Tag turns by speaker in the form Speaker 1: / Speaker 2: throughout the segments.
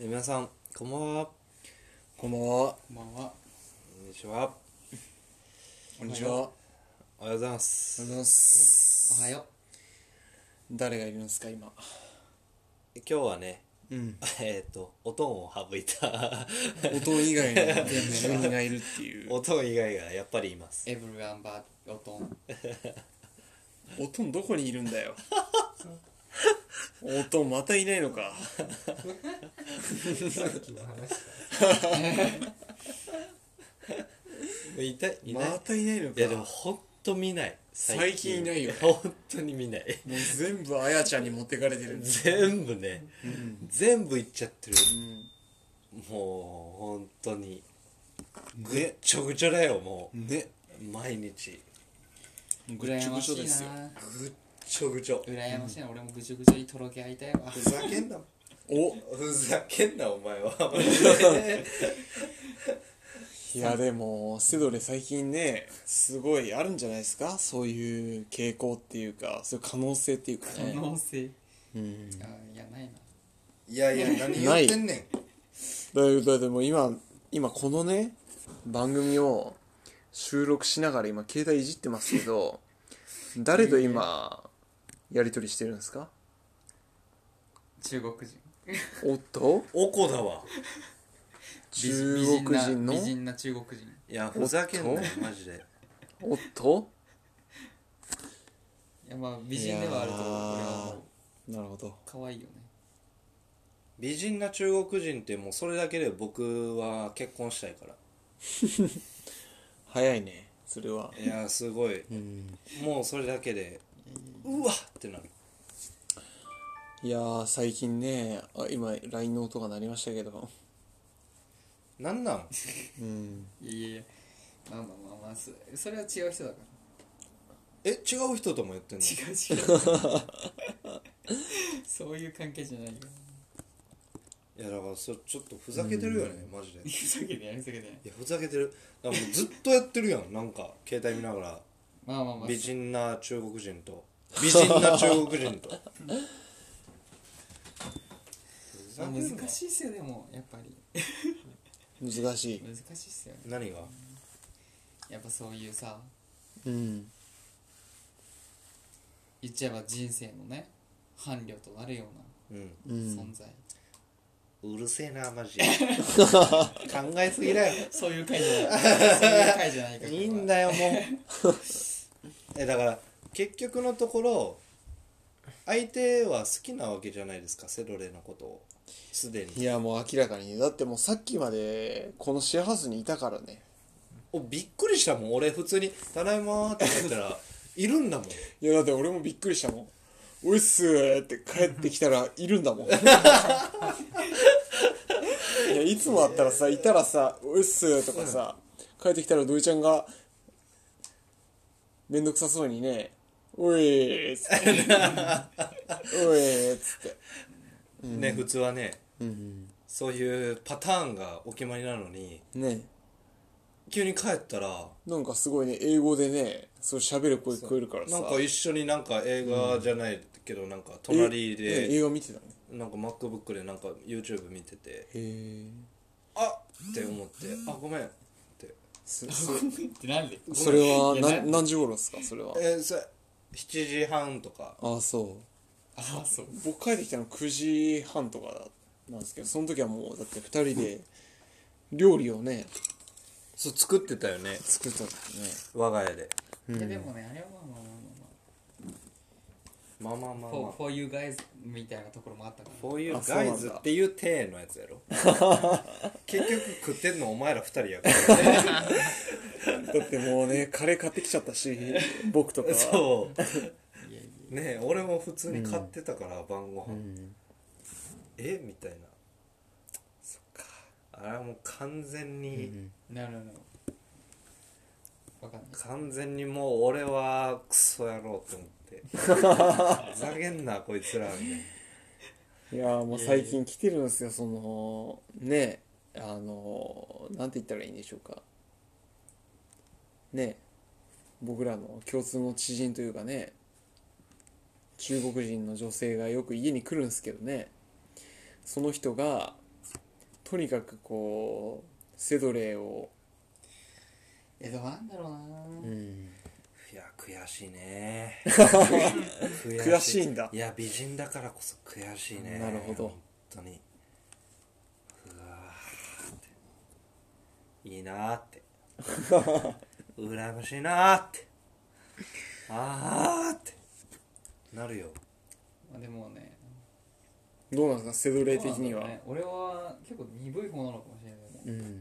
Speaker 1: 皆さんこんばんは
Speaker 2: こんばんは。
Speaker 3: こんばんは。
Speaker 1: こんにちは
Speaker 2: こんにちは。おはよ
Speaker 1: おはようございま
Speaker 2: うご
Speaker 1: す
Speaker 2: ざいます。
Speaker 3: おはよ
Speaker 2: 誰がいるんですか、今。
Speaker 1: 今日はね
Speaker 2: うん。
Speaker 1: えっ、とおとんを省いた
Speaker 2: おとん以外の住人がいるっていう。
Speaker 1: おとん以外がやっぱりいます
Speaker 3: う。エブルアンバーオトン。
Speaker 2: おとんどこにいるんだよ。 おとんまたいないのか。
Speaker 1: いたいない、
Speaker 2: またいないのか。
Speaker 1: いやでもほんと見ない
Speaker 2: 最近いないよね
Speaker 1: ほんとに見ない
Speaker 2: もう全部あやちゃんに持ってかれてるんです。
Speaker 1: 全部ね
Speaker 2: うん。
Speaker 1: 全部いっちゃってる
Speaker 2: うん
Speaker 1: もうほんとにぐっちょぐちょだよも
Speaker 2: ね。
Speaker 1: う毎日
Speaker 2: ぐっちょぐちょですよ。
Speaker 1: ぐっちょぐちょ
Speaker 3: 羨ましいな。俺もぐちょぐちょにとろけ合いたいわ。
Speaker 1: ふざけんな
Speaker 2: お
Speaker 1: ふざけんなお前は
Speaker 2: いやでもセドレ最近ねすごいあるんじゃないですかそういう傾向っていうかそういう可能性っていうか
Speaker 3: 可
Speaker 2: ね
Speaker 3: 能性。
Speaker 2: うん
Speaker 3: あいや、ないな。
Speaker 1: いやいや何
Speaker 2: 言って
Speaker 1: んね
Speaker 2: だいぶだいぶもう今今このね番組を収録しながら今携帯いじってますけど誰と今やり取りしてるんですか
Speaker 3: 中国人。
Speaker 2: おっと
Speaker 1: おこだわ
Speaker 3: 美
Speaker 2: 中国人の
Speaker 3: 美人な美人な中国人。
Speaker 1: いやふざけんなよ
Speaker 2: おっ
Speaker 1: マジで
Speaker 2: おっと
Speaker 3: いや、まあ、美人ではあると思う。
Speaker 2: いやー
Speaker 3: 俺はもう、
Speaker 2: なるほど
Speaker 3: 可愛いよね。
Speaker 1: 美人な中国人ってもうそれだけで僕は結婚したいから
Speaker 2: 早いねそれはい
Speaker 1: やすごい
Speaker 2: うん
Speaker 1: もうそれだけでうわっってなる
Speaker 2: いやー最近ねあ今 LINE の音が鳴りましたけど
Speaker 1: なんなん
Speaker 2: うん
Speaker 3: いやいやいや。まあまあまあまあ、そそれは違う人だから。
Speaker 1: え違う人とも言ってんの
Speaker 3: 違う違う。そういう関係じゃないよ。
Speaker 1: いやだからそれちょっとふざけてるよねマジでい
Speaker 3: ふざけてない、ふざけてない。
Speaker 1: やふざけてるだからもうずっとやってるやんなんか携帯見ながら
Speaker 3: まあまあまあ、
Speaker 1: 美人な中国人と 美人な中国 人とふざ
Speaker 3: まあ
Speaker 1: けんな
Speaker 3: 難しいっすよ、でも、やっぱり。
Speaker 2: 難しい
Speaker 3: 難しいっすよね。
Speaker 1: 何が
Speaker 3: やっぱそういうさ、
Speaker 2: うん
Speaker 3: 言っちゃえば人生のね伴侶となるよう
Speaker 1: うん
Speaker 2: う
Speaker 3: な存
Speaker 2: ん
Speaker 3: 在、
Speaker 1: うるせえなマジで 考えすぎだよ
Speaker 3: そういう回じゃ ないそういう回じゃないか
Speaker 1: いいんだよもうえだから結局のところ相手は好きなわけじゃないですかセロレのことをすで
Speaker 2: い
Speaker 1: に
Speaker 2: やもう明らかにねだってもうさっきまでこのシェアハウスにいたからね
Speaker 1: おびっくりしたもん俺普通に「ただいま」って言ったらいるんだもん
Speaker 2: いやだって俺もびっくりしたもん「うっすー」って帰ってきたらいるん だもんいやいつもあったらさいたらさ「うっすー」とかさ帰ってきたら土井ちゃんがめんどくさそうにね「おいー」っつって「おいー」っつって
Speaker 1: ね普通はね
Speaker 2: うん
Speaker 1: そういうパターンがお決まりなのに
Speaker 2: ね
Speaker 1: 急に帰ったら
Speaker 2: なんかすごいね英語でねそう喋る声聞こえるからさ
Speaker 1: なんか一緒になんか映画じゃないけどなんか隣
Speaker 2: えね
Speaker 1: で
Speaker 2: 映画見てたね
Speaker 1: なんか MacBook でなんか YouTube 見てて
Speaker 2: へえ
Speaker 1: あっって思って「あごめん」って
Speaker 2: そ
Speaker 3: ってなんで
Speaker 2: そ れはいな
Speaker 3: やな
Speaker 2: 何時頃ですかそれは
Speaker 1: えー、それ7時半とか
Speaker 2: ああそ
Speaker 3: ああそう
Speaker 2: う僕帰ってきたの9時半とかなんですけどその時はもうだって2人で料理をね
Speaker 1: そう作ってたよね
Speaker 2: 作ったんだ
Speaker 1: 我が家で
Speaker 3: いや
Speaker 2: よ
Speaker 3: で
Speaker 2: ね、
Speaker 3: もねあれはまあまあまあま
Speaker 1: まあまあま
Speaker 3: あ
Speaker 1: あ
Speaker 3: ま
Speaker 1: ま
Speaker 3: あ for, for you guys みたいなところもあったから
Speaker 1: あ For you
Speaker 2: あそうなんだ
Speaker 1: guys っていう体のやつや ろ結局食ってんのお前ら2人やからね
Speaker 2: うん、だってもうねカレー買ってきちゃったし僕とかは
Speaker 1: そ
Speaker 3: いやいや
Speaker 1: うね俺も普通に買ってたから、晩ご飯、
Speaker 2: ん、
Speaker 1: えみたいなそっかあれはもう完全に、
Speaker 3: なるほどわかんない
Speaker 1: 完全にもう俺はクソ野郎って思ってふざけんなこいつらみたいない
Speaker 2: やーもう最近来てるんですよそのねあのなんて言ったらいいんでしょうかね僕らの共通の知人というかね中国人の女性がよく家に来るんですけどねその人がとにかくこうセドレーを
Speaker 3: えどうなんだろうな、
Speaker 2: うん
Speaker 1: いや悔しい ね悔
Speaker 2: 悔しいんだ
Speaker 1: いや美人だからこそ悔しいね
Speaker 2: なるほど
Speaker 1: 本当にうわーっていいなーって 羨ましいなーってあーってなるよ
Speaker 3: まあ、でもね
Speaker 2: どうなんですかセドレー的には
Speaker 3: どうなんだろうね、俺は結構鈍い方なのかもしれないけどね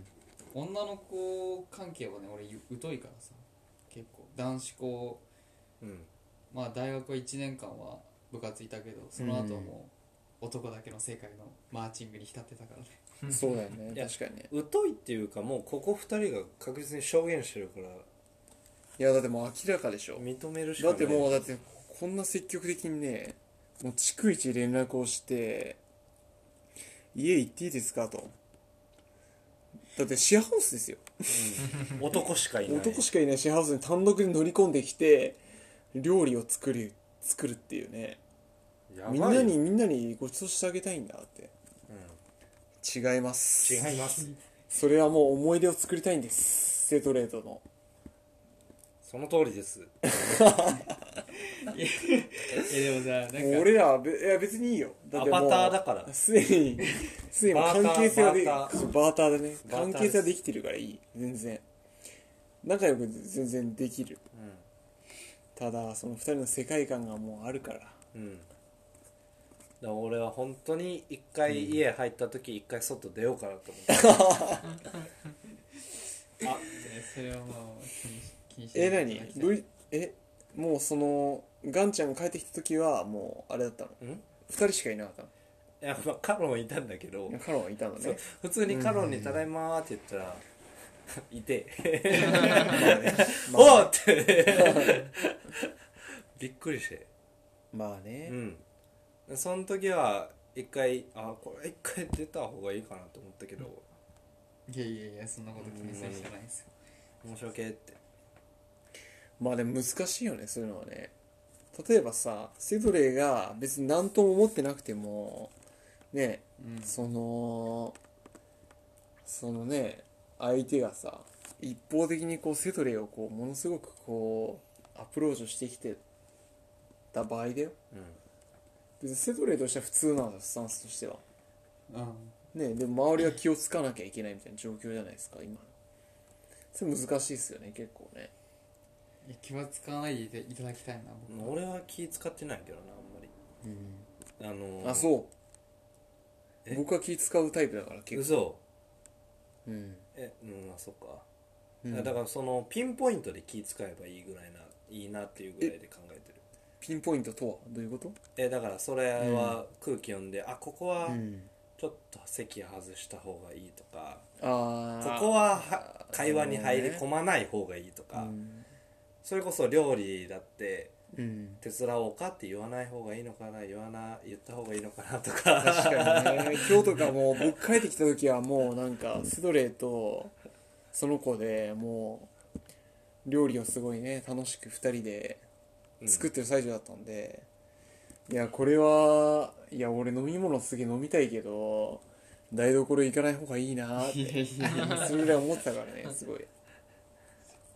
Speaker 2: うん
Speaker 3: 女の子関係はね俺疎いからさ結構男子校
Speaker 1: うん
Speaker 3: まあ大学は1年間は部活いたけどその後はもう男だけの世界のマーチングに浸ってたからね
Speaker 2: そうだよね
Speaker 1: いや
Speaker 2: 確かにね
Speaker 1: 疎いっていうかもうここ2人が確実に証言してるから
Speaker 2: いやだってもう明らかでしょ
Speaker 1: 認めるしか
Speaker 2: だ
Speaker 1: な
Speaker 2: っ
Speaker 1: い
Speaker 2: てもうだってこんな積極的にねもう逐一連絡をして家行っていいですかとだってシェアハウスですよ
Speaker 1: うん男しかいない
Speaker 2: 男しかいないシェアハウスに単独で乗り込んできて料理を作る作るっていうね
Speaker 1: やばい
Speaker 2: みんなにみんなにごちそうしてあげたいんだって
Speaker 1: うん
Speaker 2: 違います
Speaker 1: 違います
Speaker 2: それはもう思い出を作りたいんですセトレートの
Speaker 1: その通りです
Speaker 3: えでもさなんか
Speaker 2: もう俺らはべいや別にいいよ
Speaker 1: アバターだから
Speaker 2: す でにすでにも
Speaker 1: バー
Speaker 2: う
Speaker 1: ター
Speaker 2: 関係性はで
Speaker 1: バーター
Speaker 2: そうバーターだね
Speaker 1: バーターで
Speaker 2: 関
Speaker 1: す
Speaker 2: 係性はできてるからいい全然仲良く全然できるただその2人の世界観がもうあるから
Speaker 1: うんうんだから俺は本当に一回家入った時一回外出ようかなと思 って、
Speaker 3: あそれはもう気にし気にし
Speaker 2: え
Speaker 3: ないでいただき
Speaker 2: 何
Speaker 3: たい
Speaker 2: どういえもうそのガンちゃんが帰ってきた時はもうあれだったの
Speaker 1: うん、い
Speaker 2: 2人しかいなかったの
Speaker 1: やまあカロンいたんだけど
Speaker 2: いやカロンはいたの
Speaker 1: そう
Speaker 2: ね
Speaker 1: 普通にカロンに「ただいま」って言ったら「いて」 「
Speaker 2: まあ
Speaker 1: おっ!」って びっくりして
Speaker 2: まあね
Speaker 1: うんでその時は一回あこれ一回出た方がいいかなと思ったけど、
Speaker 3: いやいやいやそんなこと気にする必要ないですよ
Speaker 1: 申し訳って
Speaker 2: まあでも難しいよねそういうのはね例えばさセドレーが別に何とも思ってなくてもね
Speaker 3: うん
Speaker 2: そのそのね相手がさ一方的にこうセドレーをこうものすごくこうアプローチをしてきてた場合だよ
Speaker 1: うん
Speaker 2: 別にセドレーとしては普通なんだよスタンスとしては
Speaker 3: うん
Speaker 2: ねでも周りは気をつかなきゃいけないみたいな状況じゃないですか今それ難しいですよね結構ね
Speaker 3: いや気は使わないでいただきたいな 僕は
Speaker 1: 俺は気使ってないけどなあんまりあのー、
Speaker 2: あそう
Speaker 1: え
Speaker 2: 僕は気使うタイプだから結構
Speaker 1: 嘘
Speaker 2: うん
Speaker 1: えうんまあそっか、
Speaker 2: うん
Speaker 1: だからそのピンポイントで気使えばいいぐらいないいなっていうぐらいで考えてる
Speaker 2: ピンポイントとはどういうこと
Speaker 1: えだからそれは空気読んで、あここは
Speaker 2: ん
Speaker 1: ちょっと席外した方がいいとか、
Speaker 2: ああ
Speaker 1: ここはは会話に入り込
Speaker 2: む
Speaker 1: まない方がいいとか、
Speaker 2: うん
Speaker 1: それこそ料理だって
Speaker 2: うん
Speaker 1: 手伝おうかって言わない方がいいのかな言わな言った方がいいのかなとか
Speaker 2: 確かにね今日とかもう僕帰ってきた時はもうなんかセドレーとその子でもう料理をすごいね楽しく2人で作ってる最中だったんで、いやこれはいや俺飲み物すげえ飲みたいけど台所行かない方がいいなーっ
Speaker 3: いや
Speaker 2: て
Speaker 3: いやい や
Speaker 2: それぐらい思ってたからねすごい、
Speaker 3: こ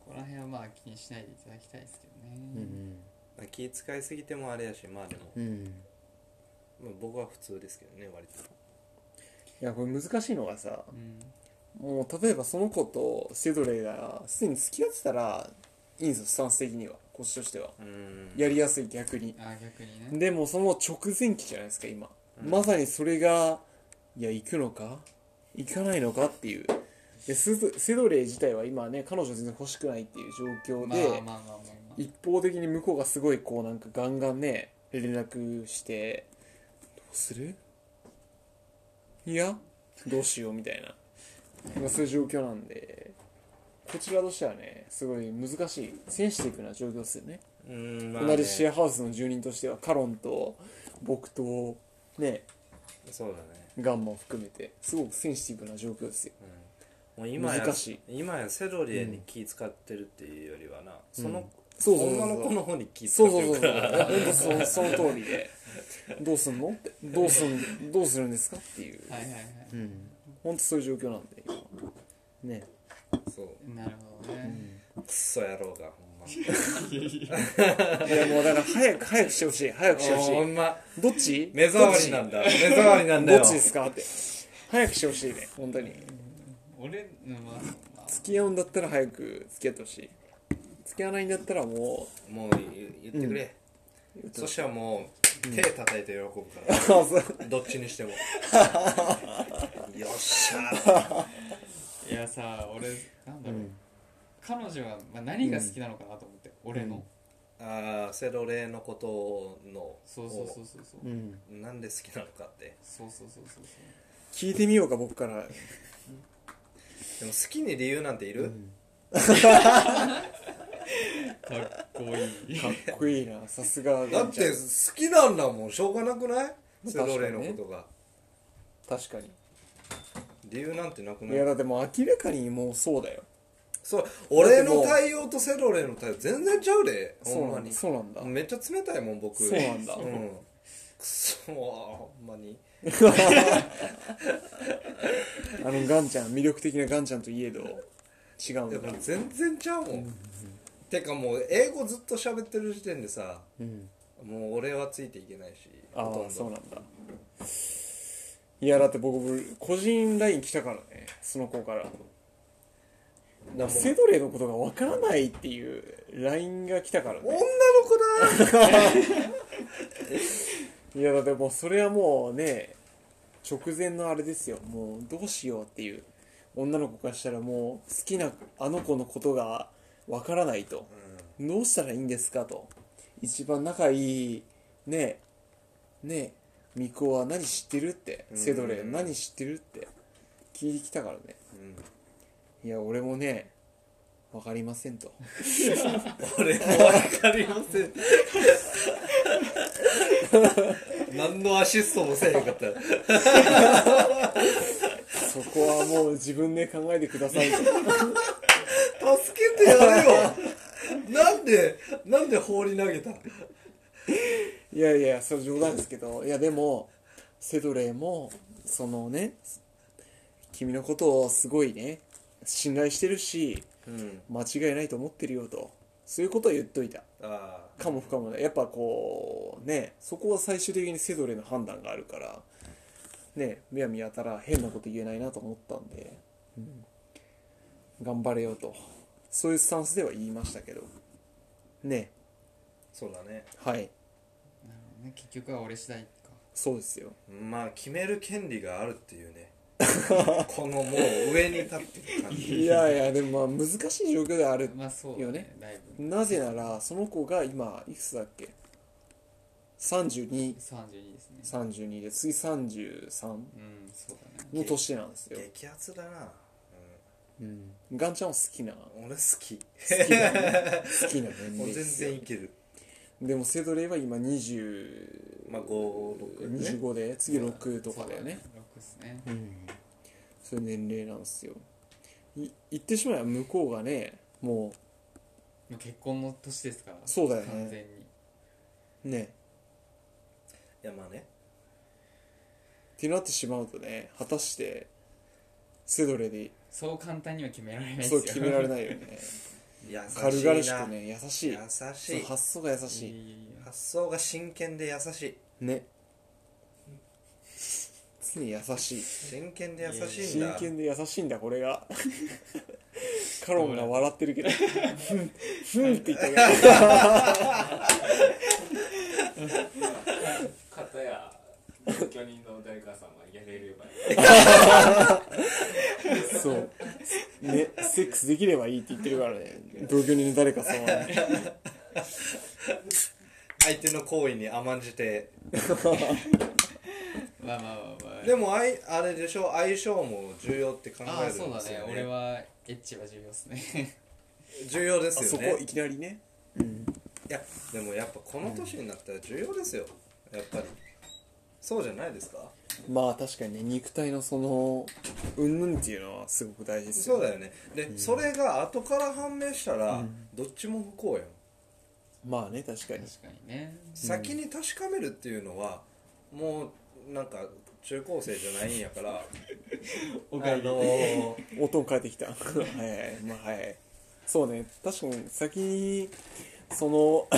Speaker 3: こら辺はまあ気にしないでいただきたいですけどね、
Speaker 1: うん気使いすぎてもあれやしまあでも、
Speaker 2: うん、
Speaker 1: まあ、僕は普通ですけどね割と
Speaker 2: いやこれ難しいのがさ
Speaker 3: うん
Speaker 2: もう例えばその子とセドレーがすでに付き合ってたらいいんですよスタンス的にはこっちとしては
Speaker 1: うん
Speaker 2: やりやすい逆に
Speaker 3: あ逆にね
Speaker 2: でもその直前期じゃないですか今、
Speaker 1: うん
Speaker 2: まさにそれがいや行くのか行かないのかっていうでスズセドレー自体は今ね彼女全然欲しくないっていう状況
Speaker 3: ま
Speaker 2: で、
Speaker 3: あまあまあまあまあ
Speaker 2: 一方的に向こうがすごいこうなんかガンガンね連絡してどうするいやどうしようみたいななんかそういう状況なんでこちらとしてはねすごい難しいセンシティブな状況ですよね
Speaker 1: うんまあね
Speaker 2: 同じシェアハウスの住人としてはカロンと僕とね
Speaker 1: そうだね、
Speaker 2: ガンマを含めてすごくセンシティブな状況ですよ
Speaker 1: うん、もう今や
Speaker 2: 難しい
Speaker 1: 今やセロリエに気使ってるっていうよりはな、その
Speaker 2: そうそうそうそう
Speaker 1: 女の子の方に気使
Speaker 2: そ
Speaker 1: っ
Speaker 2: う
Speaker 1: てる
Speaker 2: そうそうそう
Speaker 1: か
Speaker 2: い
Speaker 1: ら
Speaker 2: やほんとそのその通りでどうすんのってどうすんどうするんですかっていう
Speaker 3: はいはいはい、
Speaker 2: うん、ほんとそういう状況なんで今ね
Speaker 1: そう
Speaker 3: なるほどね、
Speaker 1: クソ野郎がほんま
Speaker 2: いやもうだから早く早くしてほしい早くしてほ
Speaker 1: おーほ
Speaker 2: し
Speaker 1: んま
Speaker 2: いどっち
Speaker 1: 目障りなんだ目障りなんだ
Speaker 2: ど
Speaker 1: よ
Speaker 2: っちですかって早くしてほしいね本当に
Speaker 3: 俺うんまあそうまあ
Speaker 2: 付き合うんだったら早く付き合ってほしい付き合わないんだったらも
Speaker 1: もう言言ってくれ、
Speaker 2: う
Speaker 1: そしたらもう手叩いて喜ぶから、
Speaker 2: あそう
Speaker 1: どっちにして もよっしゃ
Speaker 3: いやさ俺なんだろう、彼女は、まあ、何が好きなのかなと思って、俺の、
Speaker 2: うん
Speaker 1: ああセロレのことの
Speaker 3: そうそうそうそうそう、
Speaker 2: うん
Speaker 1: をなんで好きなのかって
Speaker 3: そうそうそうそうそう
Speaker 2: 聞いてみようか僕から
Speaker 1: でも好きに理由なんている、
Speaker 3: かっこいい
Speaker 2: かっこい いなさすが
Speaker 1: だって好きなんだもんしょうがなくないセロレのことが、
Speaker 2: 確かに
Speaker 1: 理由なんてなく
Speaker 2: い
Speaker 1: な
Speaker 2: や
Speaker 1: い
Speaker 2: だってもう明らかにもうそうだよ
Speaker 1: そう俺の対応とセロレの対応全然ちゃうで
Speaker 2: そ
Speaker 1: ほ
Speaker 2: うんな
Speaker 1: ま
Speaker 2: んだ
Speaker 1: に
Speaker 2: そうなんだ
Speaker 1: めっちゃ冷たいもん僕
Speaker 2: そうなんだ
Speaker 1: うんくそほんまに
Speaker 2: あのガンちゃん魅力的なガンちゃんといえど違うん
Speaker 1: で
Speaker 2: だ
Speaker 1: も全然ちゃうもん、てかもう英語ずっと喋ってる時点でさ
Speaker 2: うん
Speaker 1: もう俺はついていけないし
Speaker 2: あ
Speaker 1: ほとん
Speaker 2: あ
Speaker 1: ど
Speaker 2: そうなんだいやだって僕個人 LINE 来たからねその子か
Speaker 1: だ
Speaker 2: ら
Speaker 1: からもう
Speaker 2: セドレのことがわからないっていう LINE が来たから
Speaker 1: 女
Speaker 2: ね
Speaker 1: の子だ
Speaker 2: いやだってもうそれはもうね直前のあれですよもうどうしようっていう女の子からしたらもう好きなあの子のことがわからないとどうしたらいいんですかと一番仲いいねえねえ巫女は何知ってるって
Speaker 1: うん
Speaker 2: セドレ何知ってるって聞いてきたからね
Speaker 1: うん、うん
Speaker 2: いや俺もねわかりませんと
Speaker 1: 俺も分かりませ ん何のアシストもせえへんかった
Speaker 2: そこはもう自分で考えてくださいと
Speaker 1: 助けてやれよなんでなんで放り投げた
Speaker 2: いやいやそれ冗談ですけどいやでもセドレもそのね君のことをすごいね信頼してるし
Speaker 1: うん
Speaker 2: 間違いないと思ってるよとそういうことは言っといた
Speaker 1: ああ
Speaker 2: かも不可もないやっぱこうねそこは最終的にセドレの判断があるからねむやみやたら変なこと言えないなと思ったんで、うん頑張れよとそういうスタンスでは言いましたけどね
Speaker 1: そうだね
Speaker 2: はい
Speaker 3: なるほどね結局は俺次第か
Speaker 2: そうですよ
Speaker 1: まあ決める権利があるっていう ねこのもう上に立ってる感じ
Speaker 2: いやいやでもまあ難しい状況ではある
Speaker 3: まあそう
Speaker 2: よ
Speaker 3: だ
Speaker 2: ね
Speaker 3: ねだいぶ
Speaker 2: なぜならその子が今いくつだっけ3232
Speaker 3: 32ですね
Speaker 2: で次33
Speaker 3: うんそうだね
Speaker 2: の年なんですよ、
Speaker 1: 激アツだな、
Speaker 2: うん、ガンちゃんは好きな
Speaker 1: うん、俺好き
Speaker 2: 好きな、ね、好きな年
Speaker 1: もう
Speaker 2: 齢で
Speaker 1: 全
Speaker 2: すよ
Speaker 1: 然いける
Speaker 2: でもセドレイは今20、
Speaker 1: まあ56ね
Speaker 2: 25で次6とかだよね
Speaker 3: そう6ですね
Speaker 2: うんそういう年齢なんですよい言ってしまえば向こうがねも
Speaker 3: もう結婚の年ですから
Speaker 2: そうだよね
Speaker 3: 完全に
Speaker 2: うね
Speaker 1: いやまあね
Speaker 2: ってなってしまうとね果たしてセドレで
Speaker 3: そう簡単には決められないです
Speaker 2: そ
Speaker 3: よ
Speaker 2: う決められ
Speaker 3: い
Speaker 2: ないよ ね
Speaker 1: 優しいな
Speaker 2: 軽々しくね優し
Speaker 1: 優
Speaker 2: いそ
Speaker 1: し
Speaker 2: の
Speaker 1: い
Speaker 2: 発想が優しい
Speaker 3: いや
Speaker 1: 発想が真剣で優しい
Speaker 2: ね常に優しい
Speaker 1: 真剣で優しいん
Speaker 2: 真
Speaker 1: だ
Speaker 2: 剣で優しいんだこれ がカロンが笑ってるけど「ふんふん」って言ったけど
Speaker 4: かたや同居人の誰かさんはやれればいい
Speaker 2: そう。ね、セックスできればいいって言ってるから ね。同居人の誰かさんはね。
Speaker 1: 相手の行為に甘んじて
Speaker 3: まあまあまあまあ
Speaker 1: でもあいあれでしょ相性も重要って考
Speaker 3: あ
Speaker 1: え
Speaker 3: あ
Speaker 1: る
Speaker 3: そうん
Speaker 1: で
Speaker 3: だ
Speaker 1: す
Speaker 3: ね
Speaker 1: よね
Speaker 3: 俺はエッチは重要ですね
Speaker 1: 重要で
Speaker 2: あ
Speaker 1: す
Speaker 2: そ
Speaker 1: よ
Speaker 2: こ
Speaker 1: ね
Speaker 2: いきなりね。
Speaker 1: いやでもやっぱこの年になったら重要ですよやっぱりそうじゃないですか
Speaker 2: まあ確かにね、肉体のその、うんぬんっていうのはすごく大事ですよ
Speaker 1: そうだよねで、それが後から判明したら、
Speaker 2: うん
Speaker 1: どっちも不幸やん
Speaker 2: まあね、確かに
Speaker 3: 確。かにね
Speaker 1: 先に確かめるっていうのはもうなんか中高生じゃないんやから
Speaker 3: おかえり
Speaker 1: あのー
Speaker 2: 音を変えてきたはいはいまあはいそうね確かに先にその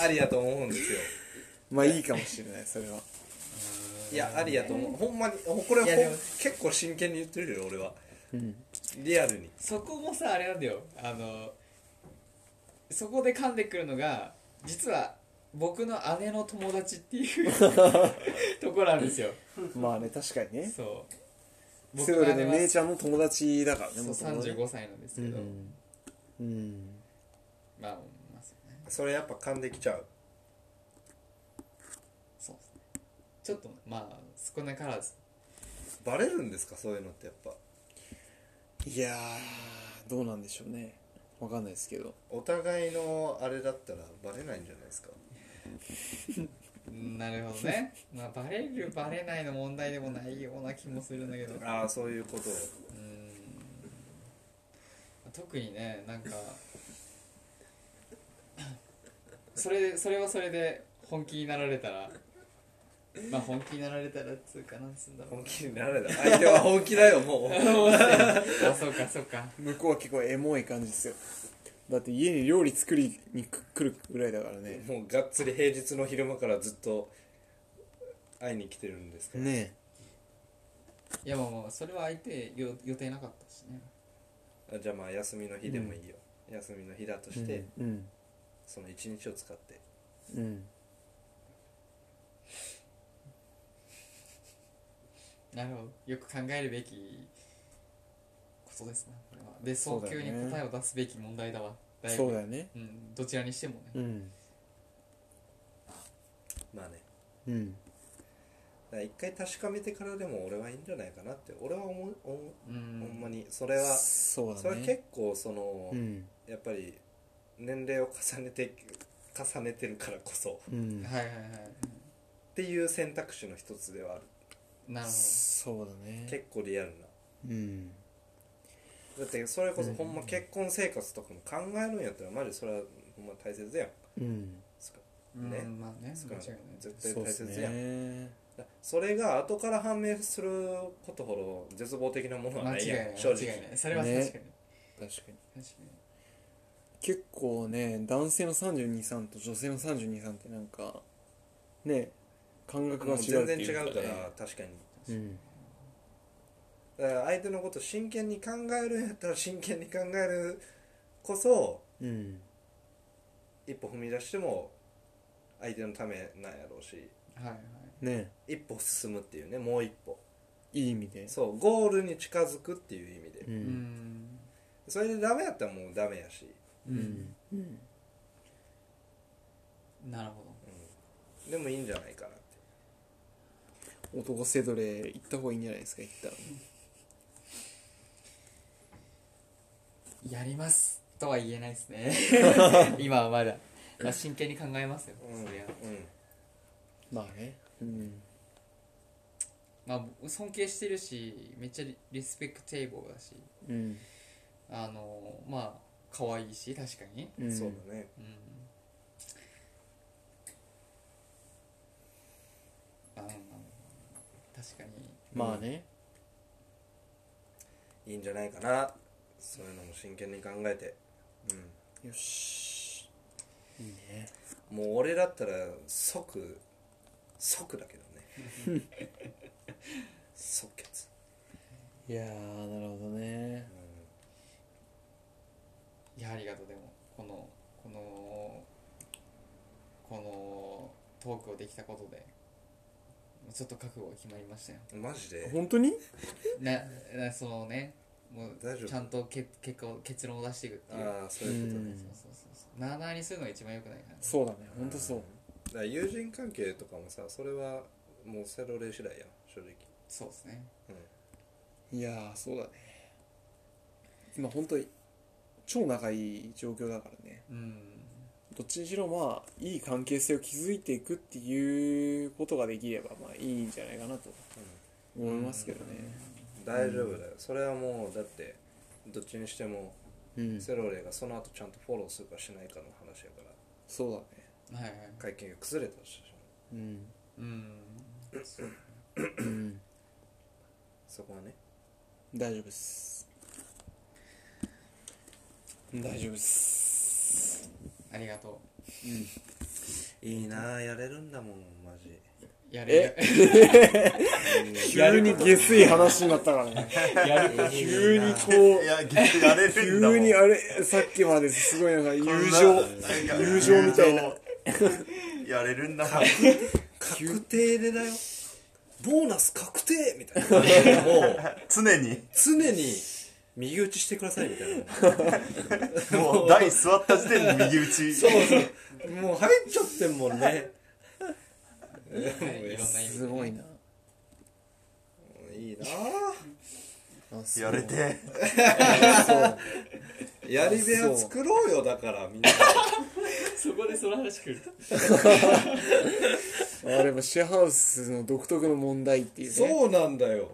Speaker 1: ありやと思うんですよ
Speaker 2: まあいいかもしれないそれはい
Speaker 1: やありやと思うほんまにこれ
Speaker 3: いや
Speaker 1: ほん
Speaker 3: でも
Speaker 1: 結構真剣に言ってるよ俺は
Speaker 2: うん
Speaker 1: リアルに
Speaker 3: そこもさあれなんだよあのそこで噛んでくるのが実は僕の姉の友達って いうところなんですよ
Speaker 2: まあね確かにね
Speaker 3: そう
Speaker 2: それよりね姉
Speaker 3: は
Speaker 2: ちゃんの友達だからね
Speaker 3: そう
Speaker 2: 元々ね
Speaker 3: 35歳なんですけど、
Speaker 2: うん、うん
Speaker 3: まあまあそうね
Speaker 1: それやっぱ噛んできちゃう
Speaker 3: そうですねちょっとまあ少なからず
Speaker 1: バレるんですかそういうのってやっぱ
Speaker 2: いやーどうなんでしょうねわかんないですけど
Speaker 1: お互いのあれだったらバレないんじゃないですか
Speaker 3: なるほど ね、まあ、バレるバレないの問題でもないような気もするんだけど
Speaker 1: ああそういうことを
Speaker 3: うーん特にねなんかそれそれはそれで本気になられたらまあ本気になられたらっつうかなんつうんだろう
Speaker 1: 本気にならない相手は本気だよもう
Speaker 3: あそうかそうか
Speaker 2: 向こうは結構エモい感じですよだって家に料理作りに来るぐらいだから ね
Speaker 1: もうがっつり平日の昼間からずっと会いに来てるんですから、
Speaker 2: ね
Speaker 3: いやまあまあそれは相手よ予定なかったしね
Speaker 1: あじゃあまあ休みの日でもいいよ、休みの日だとして、
Speaker 2: うん
Speaker 1: その一日を使って
Speaker 2: うん
Speaker 3: なるほどよく考えるべきことですなこれはで
Speaker 2: そ
Speaker 3: 早
Speaker 2: うだよ
Speaker 3: 急
Speaker 2: ね
Speaker 3: に答えを出すべき問題だわだいぶ
Speaker 2: そうだよね
Speaker 3: うん、どちらにしてもね、
Speaker 2: うん
Speaker 1: まあね
Speaker 2: うん
Speaker 1: だから一回確かめてからでも俺はいいんじゃないかなって俺は思う思うほ
Speaker 3: う
Speaker 1: んま
Speaker 3: ん
Speaker 1: にそれは
Speaker 2: そうだね
Speaker 1: それは結構その、
Speaker 2: うん
Speaker 1: やっぱり年齢を重ねて重ねてるからこそ
Speaker 2: うん
Speaker 3: はいはいはい
Speaker 1: っていう選択肢の一つではある
Speaker 3: なるほど
Speaker 2: そうだね
Speaker 1: 結構リアルな
Speaker 2: うん
Speaker 1: だってそれこそ
Speaker 2: うん
Speaker 1: ほんま結婚生活とかも考えるんやったらマジそれはほんま大切やん
Speaker 2: うん
Speaker 1: そ
Speaker 3: ね
Speaker 1: ね、
Speaker 3: まあね、
Speaker 1: そ
Speaker 3: 間違いない。
Speaker 1: 絶対
Speaker 2: そう
Speaker 1: 大
Speaker 2: です
Speaker 1: 切やん
Speaker 2: ね
Speaker 1: だそれが後から判明することほど絶望的なものは
Speaker 3: 間
Speaker 1: な
Speaker 3: 違
Speaker 1: い
Speaker 3: い
Speaker 1: や
Speaker 3: なんい。
Speaker 1: 正
Speaker 3: 間違
Speaker 1: 直
Speaker 3: いない。それは確
Speaker 2: ね
Speaker 3: かに。確か
Speaker 2: 確かに
Speaker 3: に。
Speaker 2: 結構ね男性の32さんと女性の32さんってなんかね感覚
Speaker 1: も
Speaker 2: が
Speaker 1: う
Speaker 2: 違う
Speaker 1: 全
Speaker 2: って
Speaker 1: 然違
Speaker 2: いう
Speaker 1: か
Speaker 2: ね
Speaker 1: ら確かに
Speaker 2: うん
Speaker 1: だから相手のこと真剣に考えるんやったら真剣に考えるこそ
Speaker 2: うん
Speaker 1: 一歩踏み出しても相手のためなんやろうし
Speaker 3: はいはい。
Speaker 2: ね
Speaker 1: 一歩進むっていうねもう一歩
Speaker 2: いい意味で
Speaker 1: そうゴールに近づくっていう意味で、
Speaker 2: う
Speaker 3: うんん。
Speaker 1: それでダメやったらもうダメやし、
Speaker 2: うんうん
Speaker 3: なるほ
Speaker 1: うん、でもいいんじゃないかなって
Speaker 2: 男セドレ行った方がいいんじゃないですか行ったら
Speaker 3: ど。やりますとは言えないですね。今はまだ。まあ、真剣に考えますよ。そりゃ。
Speaker 2: まあねうん
Speaker 3: まあ、僕尊敬してるし、めっちゃリリスペクテーブルだし、
Speaker 2: うん
Speaker 3: あの、まあ、可愛いし、確かに。
Speaker 1: う、
Speaker 2: うんん
Speaker 1: そうだね
Speaker 3: うん。あの、確かに。
Speaker 2: まあね
Speaker 1: いいんじゃないかなそういうのも真剣に考えて、
Speaker 2: よしいいね
Speaker 1: うん、もう俺だったら即即だけどね 即決、
Speaker 2: いやーなるほどね
Speaker 1: う
Speaker 3: いやありがとうでもこのこのこのトークをできたことでちょっと覚悟が決まりましたよ
Speaker 1: ん、マジで
Speaker 2: 本当に
Speaker 3: ななそのねも
Speaker 1: 大丈
Speaker 3: う
Speaker 1: 夫
Speaker 3: ちゃんとけ結果を結論を出していくっていう
Speaker 1: ああそういうことね、
Speaker 2: うん
Speaker 3: そうそうそうそうなあなあにするのが一番よくないかな
Speaker 2: そうだね本当そう
Speaker 1: だから友人関係とかもさそれはもうセロレ次第やん正直
Speaker 3: そうですね
Speaker 2: いやーそうだね今本当に超仲いい状況だからね
Speaker 3: うん
Speaker 2: どっちにしろまあいい関係性を築いていくっていうことができればまあいいんじゃないかなと思いますけどね
Speaker 1: うん大丈夫だよそれはもうだってどっちにしても
Speaker 2: うん
Speaker 1: セロレがその後ちゃんとフォローするかしないかの話やから
Speaker 2: そうだね
Speaker 3: はいはい
Speaker 1: 会見が崩れたとしても
Speaker 2: うん
Speaker 3: うんなんですよ
Speaker 1: そこはね
Speaker 2: 大丈夫です大丈夫です
Speaker 3: ありがと
Speaker 1: いいなあやれるんだもんマジ
Speaker 3: うやれ
Speaker 2: 急に下水話になったからね
Speaker 3: や る
Speaker 2: 急にこ
Speaker 5: いうや、逆にやれるんだもん
Speaker 2: 急にあれさっきまですごいなんか友
Speaker 5: な
Speaker 2: 情
Speaker 5: んか
Speaker 2: 友情みたいな
Speaker 5: やれるんだもん
Speaker 1: 確定でだよボーナス確定みたいな もう
Speaker 5: 常に
Speaker 1: 常に右打ちしてくださいみたいな
Speaker 5: もう台座った時点で右打ち
Speaker 1: そうそうもう入っちゃってんもんね
Speaker 3: いろんな意味
Speaker 2: すごいない
Speaker 1: いな
Speaker 5: やれて
Speaker 1: あやり部屋作ろうよだからみんな
Speaker 3: そこでその話来る
Speaker 2: あれもシェアハウスの独特の問題っていう ね
Speaker 1: そうなんだよ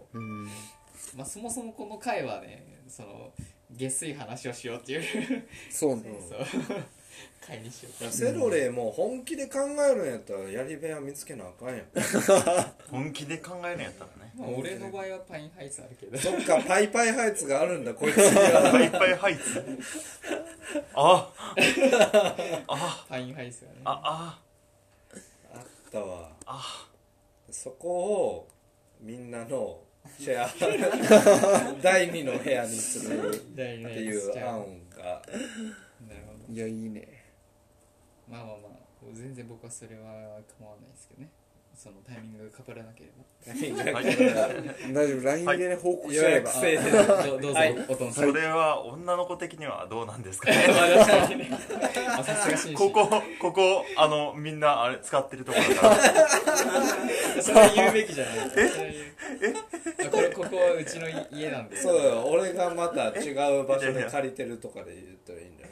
Speaker 3: まあそもそもこの回はねその下水話をしようっていう
Speaker 2: そうね
Speaker 3: そう回にしよう
Speaker 1: セロレもう本気で考えるんやったらやり部屋見つけなあかんやん
Speaker 5: 本気で考えるんやったらね
Speaker 3: まあ俺の場合はパインハイツあるけ ど
Speaker 1: そっかパイパイハイツがあるんだこいつ
Speaker 5: いっぱい入ってあ
Speaker 3: パインハイツがね
Speaker 5: ああ
Speaker 1: あったわそこをみんなのシェア 第2の部屋にするっ
Speaker 3: 第二
Speaker 1: て
Speaker 3: の
Speaker 1: い
Speaker 3: やつち
Speaker 1: う
Speaker 3: ゃ
Speaker 1: 案 が
Speaker 3: なるほど
Speaker 2: いやいいね
Speaker 3: まあまあまあ全然僕はそれは構わないですけどねそのタイミングが被らなければ
Speaker 5: はい
Speaker 2: 大丈夫 LINE でね報告し
Speaker 1: 予
Speaker 2: 合え
Speaker 1: 約
Speaker 2: ば
Speaker 1: 制で
Speaker 3: どどうぞ、お父さん
Speaker 5: それは女の子的にはどうなんですかね
Speaker 3: あさすが紳士
Speaker 5: ここここあのみんなあれ使ってるところだから
Speaker 3: それは言うべきじゃないですかえこれここはうちの家なんで
Speaker 1: そうよ俺がまた違う場所で借りてるとかで言ったらいいんだよ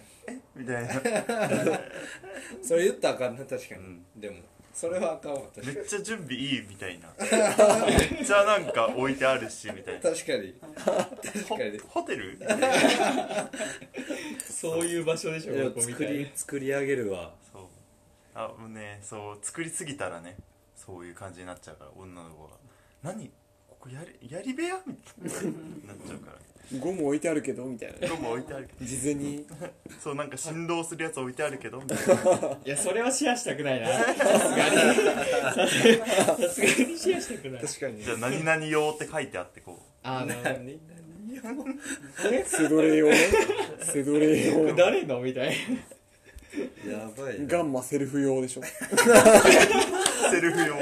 Speaker 5: みたいな
Speaker 1: それ言ったらあかんな確かに、
Speaker 5: うん
Speaker 1: でもそれはあかんわ確か
Speaker 5: め
Speaker 1: に
Speaker 5: っちゃ準備いいみたいなめっちゃなんか置いてあるしみたいな
Speaker 1: 確かに
Speaker 5: ホ
Speaker 1: かに
Speaker 5: ホテル
Speaker 3: そういう場所でしょここみたいな
Speaker 1: 作り上げるわ
Speaker 5: そうあもうねそう作りすぎたらねそういう感じになっちゃうから女の子が「何ここやりやり部屋?」みたいになっちゃうから
Speaker 2: ゴム置いてあるけどみたいなね
Speaker 5: ロゴ置いてあるけど
Speaker 2: 事前に
Speaker 5: そうなんか振動するやつ置いてあるけどみたいない
Speaker 3: やそれはシェアしたくないなさすがにさすがにシェアしたくない
Speaker 1: 確かに
Speaker 5: じゃあ何々用って書いてあってこ
Speaker 3: あの
Speaker 1: 何
Speaker 2: セドレ用ねセドレ用
Speaker 3: 誰のみたい
Speaker 1: やばいな
Speaker 2: ガンマセルフ用でしょ
Speaker 5: うセルフ用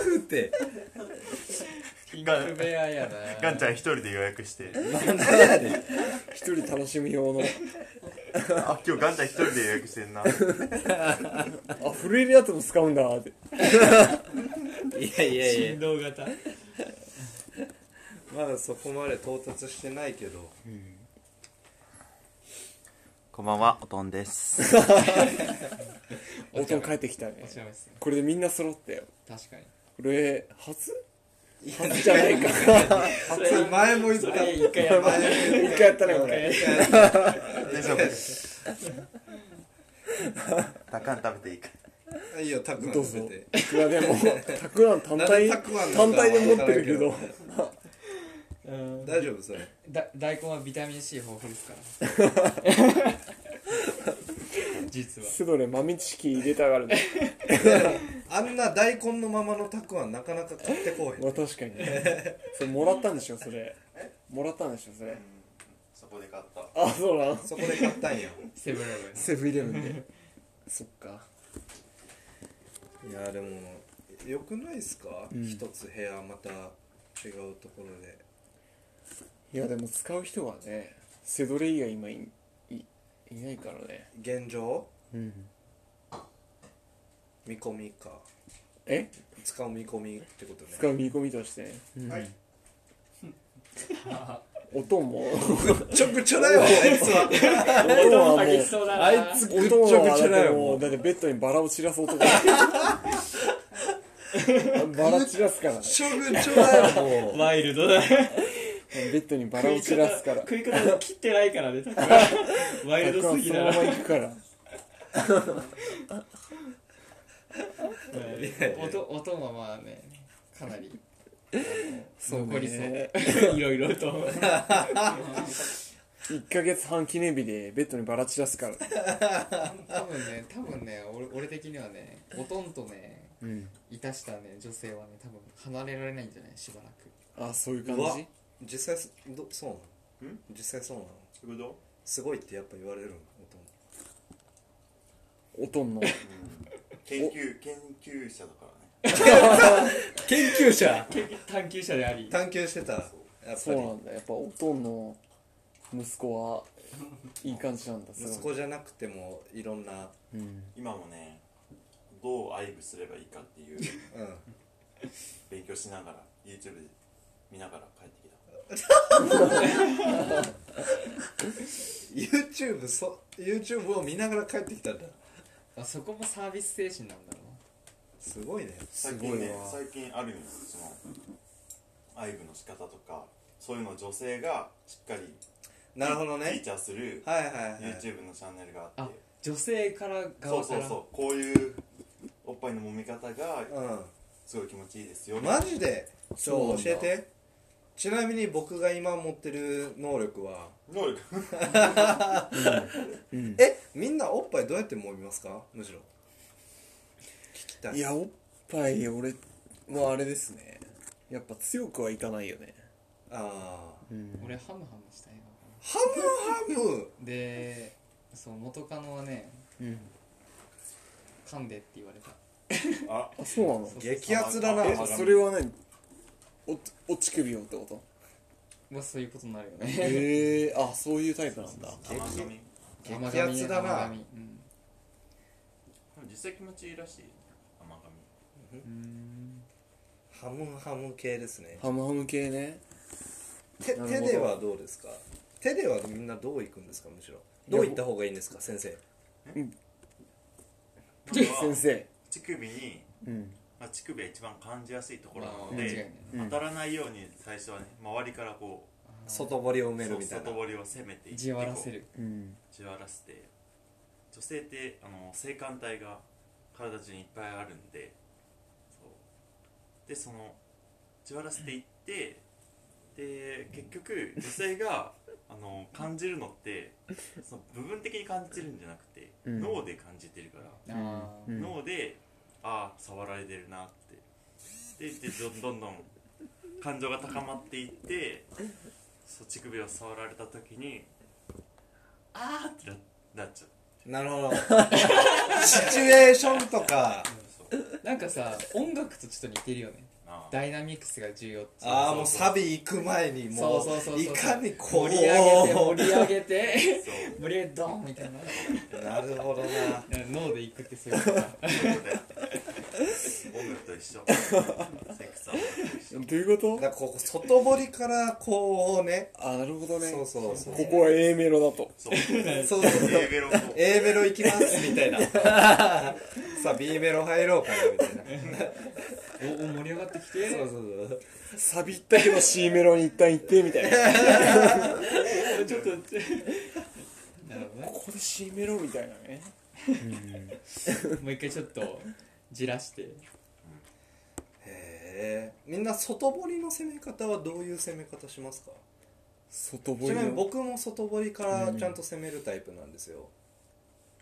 Speaker 1: ふって
Speaker 5: ガ
Speaker 3: な
Speaker 5: ン
Speaker 3: 部屋や
Speaker 5: ガ
Speaker 3: な
Speaker 5: ンちゃん一人で予約して
Speaker 2: 一人楽しむ用の
Speaker 5: あ今日ガンちゃん一人で予約してんな
Speaker 2: あ震えるやつも使うんだって
Speaker 1: いやいやいや
Speaker 3: 振動型
Speaker 1: まだそこまで到達してないけど
Speaker 5: こんばんはおとんです
Speaker 2: 音帰ってきたね
Speaker 3: おしゃべりすね
Speaker 2: これでみんな揃ったよ
Speaker 3: 確かに
Speaker 2: これ初初じゃないか
Speaker 1: それ前も言った
Speaker 3: それ一回やろう
Speaker 2: 一回やったねこれ
Speaker 5: 大丈夫たかん食べていいか
Speaker 1: いいよたくあん
Speaker 2: どう
Speaker 1: 食
Speaker 2: ぞ
Speaker 1: べて
Speaker 2: いくらでもたくあん単
Speaker 1: なん
Speaker 2: 体
Speaker 1: でたくあんなん
Speaker 2: 単
Speaker 1: だ
Speaker 2: 体で持ってるけど
Speaker 3: うん
Speaker 1: 大丈夫それ
Speaker 3: だ大根はビタミン C 豊富ですから実は
Speaker 2: セドレ豆知識入れたがるね
Speaker 1: あんな大根のままのたくあんなかなか買ってこうへ
Speaker 2: ま
Speaker 1: ん
Speaker 2: あ確かにねそれもらったんでしょそれもらったんでしょそれ
Speaker 5: そこで買った
Speaker 2: あそうなん
Speaker 1: そこで買ったんや
Speaker 3: セブンイレブン
Speaker 2: セブンイレブン でそっか
Speaker 1: いやでもよくないっすか
Speaker 2: うん
Speaker 1: 一、つ部屋また違うところで
Speaker 2: いやでも使う人はねセドレ以外今いいいないからね
Speaker 1: 現状
Speaker 2: うん
Speaker 1: 見込みか
Speaker 2: え
Speaker 1: 使う見込みってことね
Speaker 2: 使う見込みとしてね、
Speaker 1: はい
Speaker 2: 音 も
Speaker 1: ぐっちょぐちょだよあいつは
Speaker 2: 音はもう
Speaker 3: そうだ
Speaker 1: あいつぐっち
Speaker 2: 音
Speaker 1: ょぐ
Speaker 2: は
Speaker 1: ちょ
Speaker 2: だっ
Speaker 1: だ
Speaker 2: て
Speaker 1: よ
Speaker 2: も
Speaker 1: も
Speaker 2: う
Speaker 1: う
Speaker 2: だってベッドにバラを散らす 音がバラ散らすからね
Speaker 1: ちょぐちょだよもう
Speaker 3: ワイルドだ
Speaker 2: ベッドにバラを散らすから
Speaker 3: 食い方切ってないからね ワイ
Speaker 2: 僕
Speaker 3: ルド
Speaker 2: は
Speaker 3: すぎ
Speaker 2: そ
Speaker 3: だ
Speaker 2: の
Speaker 3: な
Speaker 2: まま行くから
Speaker 3: 音音もまあねかなり
Speaker 2: そうね
Speaker 3: 残りそう いろいろと
Speaker 2: 1ヶ月半記念日でベッドにばら散らすから
Speaker 3: 多分ね多分ね俺俺的にはねほとんどね
Speaker 2: うん
Speaker 3: いたしたね女性はね多分離れられないんじゃないしばらく
Speaker 2: あそういう感
Speaker 1: うわ
Speaker 2: じ
Speaker 1: 実際そどそうなの
Speaker 5: ん
Speaker 1: 実際そうなの
Speaker 5: そういうこ
Speaker 1: すごいってやっぱ言われるの音も
Speaker 2: おとんの
Speaker 5: と研究研究者だからね
Speaker 3: 研究者探究者であり
Speaker 1: 探求してたやっぱ
Speaker 2: そうな
Speaker 1: り
Speaker 2: んだやっぱおとんの息子はいい感じなんだ
Speaker 1: 息
Speaker 2: すご
Speaker 1: 子
Speaker 2: い
Speaker 1: じゃなくてもいろんな
Speaker 2: うん
Speaker 5: 今もねどう愛撫すればいいかっていう
Speaker 1: うん
Speaker 5: 勉強しながら YouTube で見ながら帰ってきた
Speaker 1: YouTube, そ YouTube を見ながら帰ってきたんだ
Speaker 3: あそこもサービス精神なんだろ
Speaker 1: すごいね
Speaker 5: 最
Speaker 2: すご
Speaker 5: 近
Speaker 2: い
Speaker 5: ね
Speaker 2: わ
Speaker 5: 最近あるんですその愛撫の仕方とかそういうのを女性がしっかり
Speaker 1: なるほど
Speaker 5: ティ
Speaker 1: ね
Speaker 5: ーチャーする
Speaker 1: はいはいはい
Speaker 5: YouTube のチャンネルがあ
Speaker 3: あ
Speaker 5: って
Speaker 3: 女性から
Speaker 5: そ
Speaker 3: 側
Speaker 5: う
Speaker 3: か
Speaker 5: そ
Speaker 3: ら
Speaker 5: うそうこういうおっぱいの揉み方がすごい気持ちいいですよ
Speaker 1: うんマジでち
Speaker 2: そう
Speaker 1: ょ
Speaker 2: なんだ
Speaker 1: 教えてちなみに僕が今持ってる能力は
Speaker 5: 能力
Speaker 2: うん
Speaker 1: えみんなおっぱいどうやって揉みますかむしろ聞きたい
Speaker 2: いやおっぱい俺はあれですねやっぱ強くはいかないよね
Speaker 1: ああ
Speaker 3: 俺ハムハムしたいの
Speaker 1: ハムハム
Speaker 3: でそう元カノはね
Speaker 2: うん
Speaker 3: 噛んでって言われた
Speaker 5: あ
Speaker 2: あそうなの
Speaker 3: そう
Speaker 1: 激アツだな
Speaker 5: あ
Speaker 2: え
Speaker 5: あ
Speaker 2: それは何おお乳首をってこと
Speaker 3: まあそういうことになるよね
Speaker 2: へえー、あそういうタイプなんだ
Speaker 5: 甘噛み
Speaker 1: 激アツだな
Speaker 3: 甘噛みうん
Speaker 5: 実際気持ちいいらしい甘噛み
Speaker 1: ハムハム系ですね
Speaker 2: ハムハム系ね
Speaker 1: 手
Speaker 2: なるほ
Speaker 1: 手
Speaker 2: ど
Speaker 1: ではどうですか手ではみんなどういくんですかむしろどういった方がいいんですか先生
Speaker 2: 先生
Speaker 5: 乳首に、
Speaker 2: うん
Speaker 5: まあ、乳首が一番感じやすいところなの
Speaker 3: 間違いない
Speaker 5: で、
Speaker 2: うん
Speaker 5: 当たらないように最初はね周りからこう
Speaker 1: 外堀を埋めるみたいな
Speaker 5: 外堀を攻めていって
Speaker 3: じわらせ
Speaker 5: こ
Speaker 3: る
Speaker 2: うん
Speaker 5: うじわらせて女性ってあの性感帯が体中にいっぱいあるんでそうでそのじわらせていってで結局女性があの感じるのってその部分的に感じてるんじゃなくて、
Speaker 2: うん
Speaker 5: 脳で感じてるから
Speaker 3: あー
Speaker 2: うん
Speaker 5: 脳でああ触られてるなってででどどんどん感情が高まっていってそう乳首を触られた時にああってななっちゃう
Speaker 1: なるほど シチュエーションとか
Speaker 5: そう
Speaker 3: なんかさ音楽とちょっと似てるよね
Speaker 5: あー
Speaker 3: ダイナミクスが重要っていう
Speaker 1: ああもうサビ行く前にも
Speaker 3: そうそうそうう
Speaker 1: い
Speaker 3: そう
Speaker 1: かにこう
Speaker 3: 盛り上げて盛り上げて
Speaker 5: そう
Speaker 3: 盛り上げてドンみたいな
Speaker 1: なるほどな
Speaker 3: 脳で行くってそういうことだ
Speaker 5: ということで音楽と 一緒セックスは音楽と一緒
Speaker 2: どういうこ
Speaker 1: だからこう外堀からこうね
Speaker 2: とあなるほどね
Speaker 1: そうそうそう
Speaker 2: ここは A メロだと
Speaker 5: そう A
Speaker 1: そうそうそう
Speaker 5: ベロと
Speaker 1: A メロ行きますみ たいなさあ B メロ入ろうかなみたいな
Speaker 3: おお盛り上がってきて
Speaker 1: そうそうそう
Speaker 2: サビ行ったけど C メロに一旦行ってみた いな
Speaker 3: おちょっとなるほどね
Speaker 2: ここで C メロみたいなね
Speaker 3: もう一回ちょっとじらして
Speaker 1: へえみんな外堀の攻め方はどういう攻め方しますか
Speaker 2: 外
Speaker 1: ち
Speaker 2: 堀
Speaker 1: なみに
Speaker 2: の
Speaker 1: 僕も外堀からちゃんと攻めるタイプなんですよ、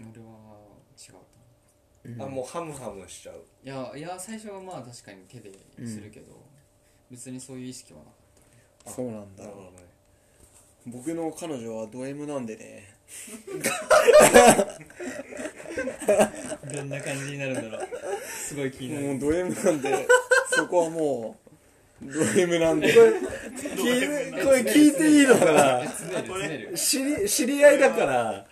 Speaker 3: 俺は違うと思う
Speaker 1: あもうハムハムしちゃう
Speaker 3: いやいや最初はまあ確かに手でするけど、別にそういう意識はなかっ
Speaker 2: そうなんだ
Speaker 1: なるほどね
Speaker 2: 僕の彼女はド M なんでね
Speaker 3: たどんな感じになるんだろう すごい気になる
Speaker 2: もうド M な んでそこはもうド M なんで
Speaker 1: 聞いてこれ聞いていいのかな
Speaker 3: 詰める詰め
Speaker 1: 知
Speaker 3: る
Speaker 1: り知り合いだから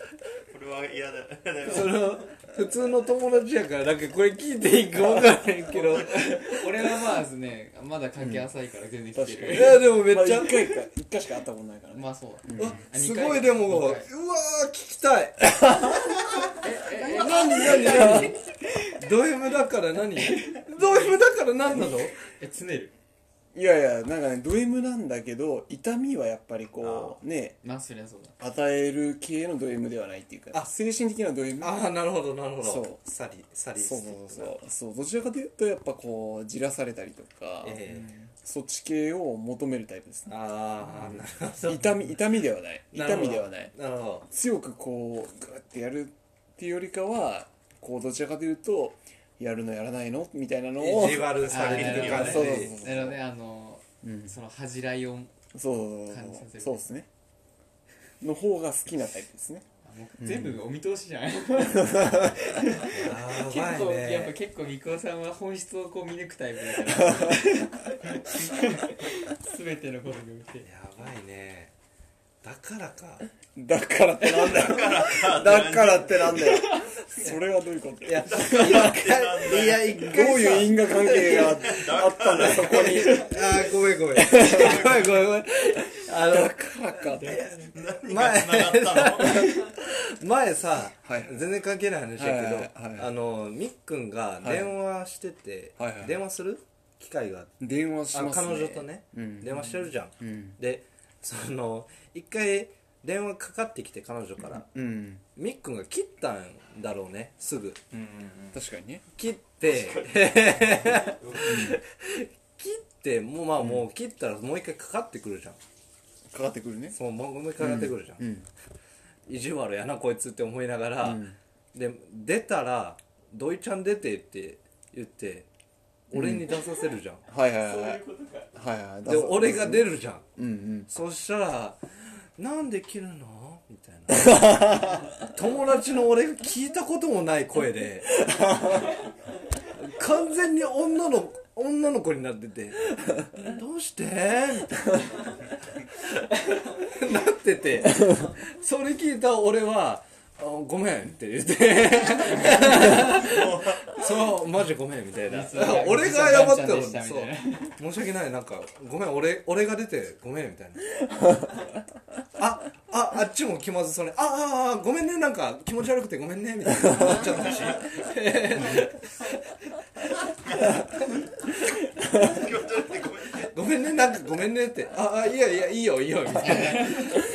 Speaker 5: これは嫌だ嫌だよ
Speaker 1: その普通の友達やからなんかこれ聞いていいか分からへんけど
Speaker 3: 俺はまあですねまだ関係浅いから全然来て
Speaker 2: うん
Speaker 1: い
Speaker 3: る、
Speaker 1: やでもめっちゃ、
Speaker 2: まあ、1回か一回しか会ったことないからね
Speaker 3: まあそうだ、
Speaker 1: あ
Speaker 3: あ
Speaker 1: す
Speaker 3: 二回
Speaker 1: ごいでもう
Speaker 3: 二
Speaker 1: わー
Speaker 3: 回
Speaker 1: 聞きたい
Speaker 3: えええ
Speaker 1: 何何何 ド M だから何ド M だから何なの
Speaker 3: え詰める
Speaker 2: いいやいやなんかねド M なんだけど痛みはやっぱりこうね
Speaker 3: まあそりゃそうだ
Speaker 2: 与える系のド M ではないっていうか
Speaker 1: あ
Speaker 2: 精神的なド M
Speaker 1: ああなるほどなるほど
Speaker 2: そう
Speaker 1: サリサリ
Speaker 2: そうそうそうそうどちらかというとやっぱこうじらされたりとか、
Speaker 1: え
Speaker 2: そっち系を求めるタイプです
Speaker 1: え
Speaker 2: ね
Speaker 1: ああなるほど
Speaker 2: 痛み痛みではない
Speaker 1: なる
Speaker 2: 痛
Speaker 1: ほど
Speaker 2: みではない
Speaker 1: なるほ
Speaker 2: 強くこうグッてやるっていうよりかはこうどちらかというとやるのやらないのみたいなの
Speaker 1: ど
Speaker 2: を
Speaker 1: 意地悪されてる感じ
Speaker 2: そうそうそう
Speaker 1: で
Speaker 2: そう
Speaker 3: なるほどねあの
Speaker 2: うん
Speaker 3: その恥じらいを
Speaker 2: そうそう
Speaker 3: 感じさせる
Speaker 2: そうですねの方が好きなタイプですね
Speaker 3: あもう全部お見通しじゃない、
Speaker 1: や
Speaker 3: 結
Speaker 1: ばい
Speaker 3: 構やっぱ
Speaker 1: ね
Speaker 3: 結構みこさんは本質をこう見抜くタイプだから 全てのことにおいて
Speaker 1: やばいねだからか
Speaker 2: だからってなんだよだからってなんだよそれはどういうこと
Speaker 1: いや一回いや一
Speaker 2: どう
Speaker 1: 回さ
Speaker 2: いう因果関係があったんだそこに
Speaker 1: あーごめんご めんごめんごめんごめんあの
Speaker 2: だからかって
Speaker 5: 何が繋がったの
Speaker 1: 前さ、
Speaker 2: はい
Speaker 1: 全然関係ない話だけど、
Speaker 2: はいはいはい
Speaker 1: あのみっくんが電話してて、
Speaker 2: はいはいはい
Speaker 1: 電話する機会があって
Speaker 2: 電話し
Speaker 1: あ
Speaker 2: ますね
Speaker 1: 彼女とね、
Speaker 2: うん
Speaker 1: 電話してるじゃん、
Speaker 2: うん
Speaker 1: でその一回電話かかってきて彼女から、
Speaker 2: うん
Speaker 1: みっくんが切ったんだろうねすぐ
Speaker 2: 確かにね
Speaker 1: 切って 切ってもうまあもう切ったらもう一回かかってくるじゃん
Speaker 2: かかってくるね
Speaker 1: そうもう一回かかってくるじゃん、
Speaker 2: うん
Speaker 1: 意地悪やなこいつって思いながら、
Speaker 2: うん
Speaker 1: で出たら「土井ちゃん出て」って言って俺に出させるじゃん、
Speaker 2: はいはいは
Speaker 4: そう
Speaker 2: い
Speaker 4: いうことか
Speaker 2: はいはい
Speaker 1: で俺が出るじゃん
Speaker 2: うんうん
Speaker 1: そしたら「なんで切るの?」みたいな友達の俺が聞いたこともない声で完全に女の女の子になってて「どうして?」みたいななっててそれ聞いた俺はあ「ごめん」って言ってそうマジごめんみたいな
Speaker 3: 実は
Speaker 1: 俺が謝ったの
Speaker 3: ごちそうさまでしたみ
Speaker 1: そ
Speaker 3: たいな
Speaker 1: う申し訳ないなんかごめん俺俺が出てごめんみたいなあ、あ、あっちも気まずそうに、ああ、あごめんね、なんか気持ち悪くてごめんね、みたいな。なっちゃったし。ごめんね、なんかごめんねって、ああ、いやいや、いいよ、いいよ、みたいな。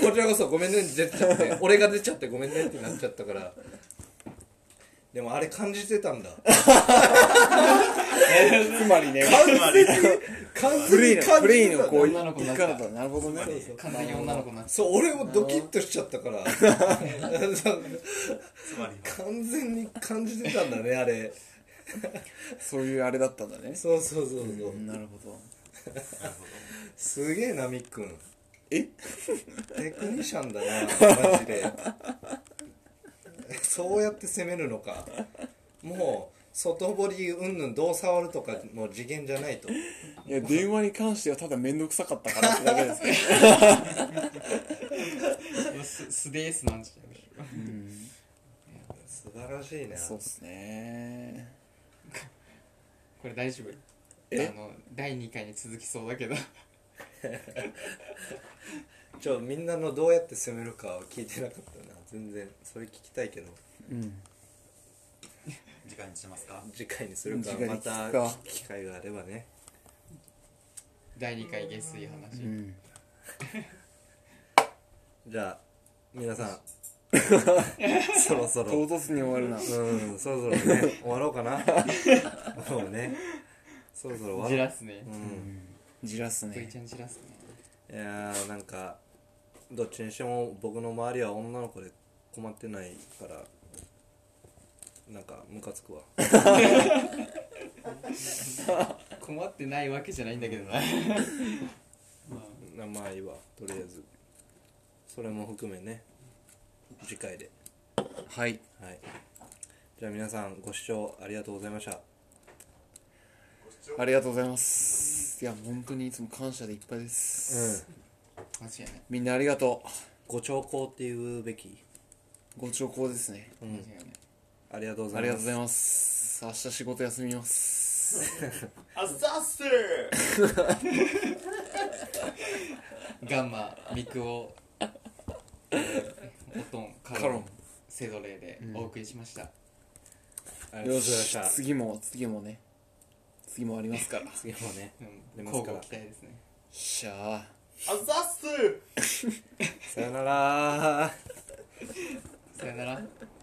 Speaker 1: こちらこそごめんね、出ちゃ って、俺が出ちゃってごめんねってなっちゃったから。でもあれ感じてたんだ。
Speaker 2: つまり ね
Speaker 1: 完全に、完
Speaker 2: プレ
Speaker 1: 全
Speaker 2: イ
Speaker 1: に感じて
Speaker 2: のプレイの
Speaker 1: たん
Speaker 2: こ
Speaker 1: だ
Speaker 2: ういかなとなるほどね
Speaker 3: 完全に女の子になって
Speaker 1: そう、俺もドキッとしちゃったから。
Speaker 5: つまり
Speaker 1: 完全に感じてたんだねあれ
Speaker 2: そういうあれだったんだね
Speaker 1: そうそうそうそう、
Speaker 2: なるほど
Speaker 1: すげえなみっくん
Speaker 2: え
Speaker 1: テクニシャンだなマジで そうやって攻めるのかもう外堀うんぬんどう触るとかの次元じゃないと
Speaker 2: いや電話に関してはただ面倒くさかったからってだけです けど
Speaker 3: す素でーすなんじゃない
Speaker 1: 素晴らしいね
Speaker 2: そうっすね
Speaker 3: これ大丈夫
Speaker 2: え
Speaker 3: あの第2回に続きそうだけど
Speaker 1: ちょみんなのどうやって攻めるかは聞いてなかったな全然それ聞きたいけど
Speaker 2: うん
Speaker 5: 時間にしてますか
Speaker 1: 次回にするか
Speaker 2: 次回
Speaker 1: ま
Speaker 2: に聞くか
Speaker 1: た機会があればね
Speaker 3: 第2回下水話、
Speaker 2: うん
Speaker 1: じゃあ皆 さんそろそろ
Speaker 2: 唐突に終わるな
Speaker 1: うん、そろそろ ね、終わろうかな。もうね、そろそろ終
Speaker 3: じ
Speaker 1: わろ
Speaker 3: らすね
Speaker 1: う。うん、
Speaker 2: じらす
Speaker 3: ぷい
Speaker 2: ね
Speaker 3: ちゃんじらすね
Speaker 1: いやー、なんか、どっちにしても僕の周りは女の子で困ってないから、なんか、ムカつくわ。
Speaker 3: 困ってないわけじゃないんだけどなまあ
Speaker 1: 名前は、とりあえず。それも含めね、次回で。
Speaker 2: はい
Speaker 1: はい。じゃあ皆さん、ご視聴ありがとうございました。
Speaker 2: ありがとうございますいや本当にいつも感謝でいっぱいです、
Speaker 3: 間違いない
Speaker 2: みんなありがと
Speaker 1: ご聴講っていうべき。
Speaker 2: うご聴講ですね
Speaker 1: う
Speaker 3: 間
Speaker 1: ん、
Speaker 3: 違いない
Speaker 1: ありがとうご
Speaker 2: あ
Speaker 1: ざ
Speaker 2: り
Speaker 1: い
Speaker 2: が
Speaker 1: ま
Speaker 2: と
Speaker 1: す。
Speaker 2: うございます明日仕事休みます
Speaker 5: あざっすー
Speaker 3: ガンマミクオオトンカ
Speaker 2: カ
Speaker 3: ロ
Speaker 2: ロ
Speaker 3: ン
Speaker 2: ン
Speaker 3: セドレーでお送りしました、
Speaker 1: ありがとう
Speaker 2: よ
Speaker 1: ございま
Speaker 2: し
Speaker 1: した。
Speaker 2: 次も次もね次もありますから
Speaker 1: 次もね
Speaker 3: う
Speaker 1: 出
Speaker 3: ん
Speaker 1: ます
Speaker 3: 交
Speaker 1: から
Speaker 3: 互期待ですね
Speaker 2: しゃあ
Speaker 5: あざっす
Speaker 1: さよなら
Speaker 3: さよなら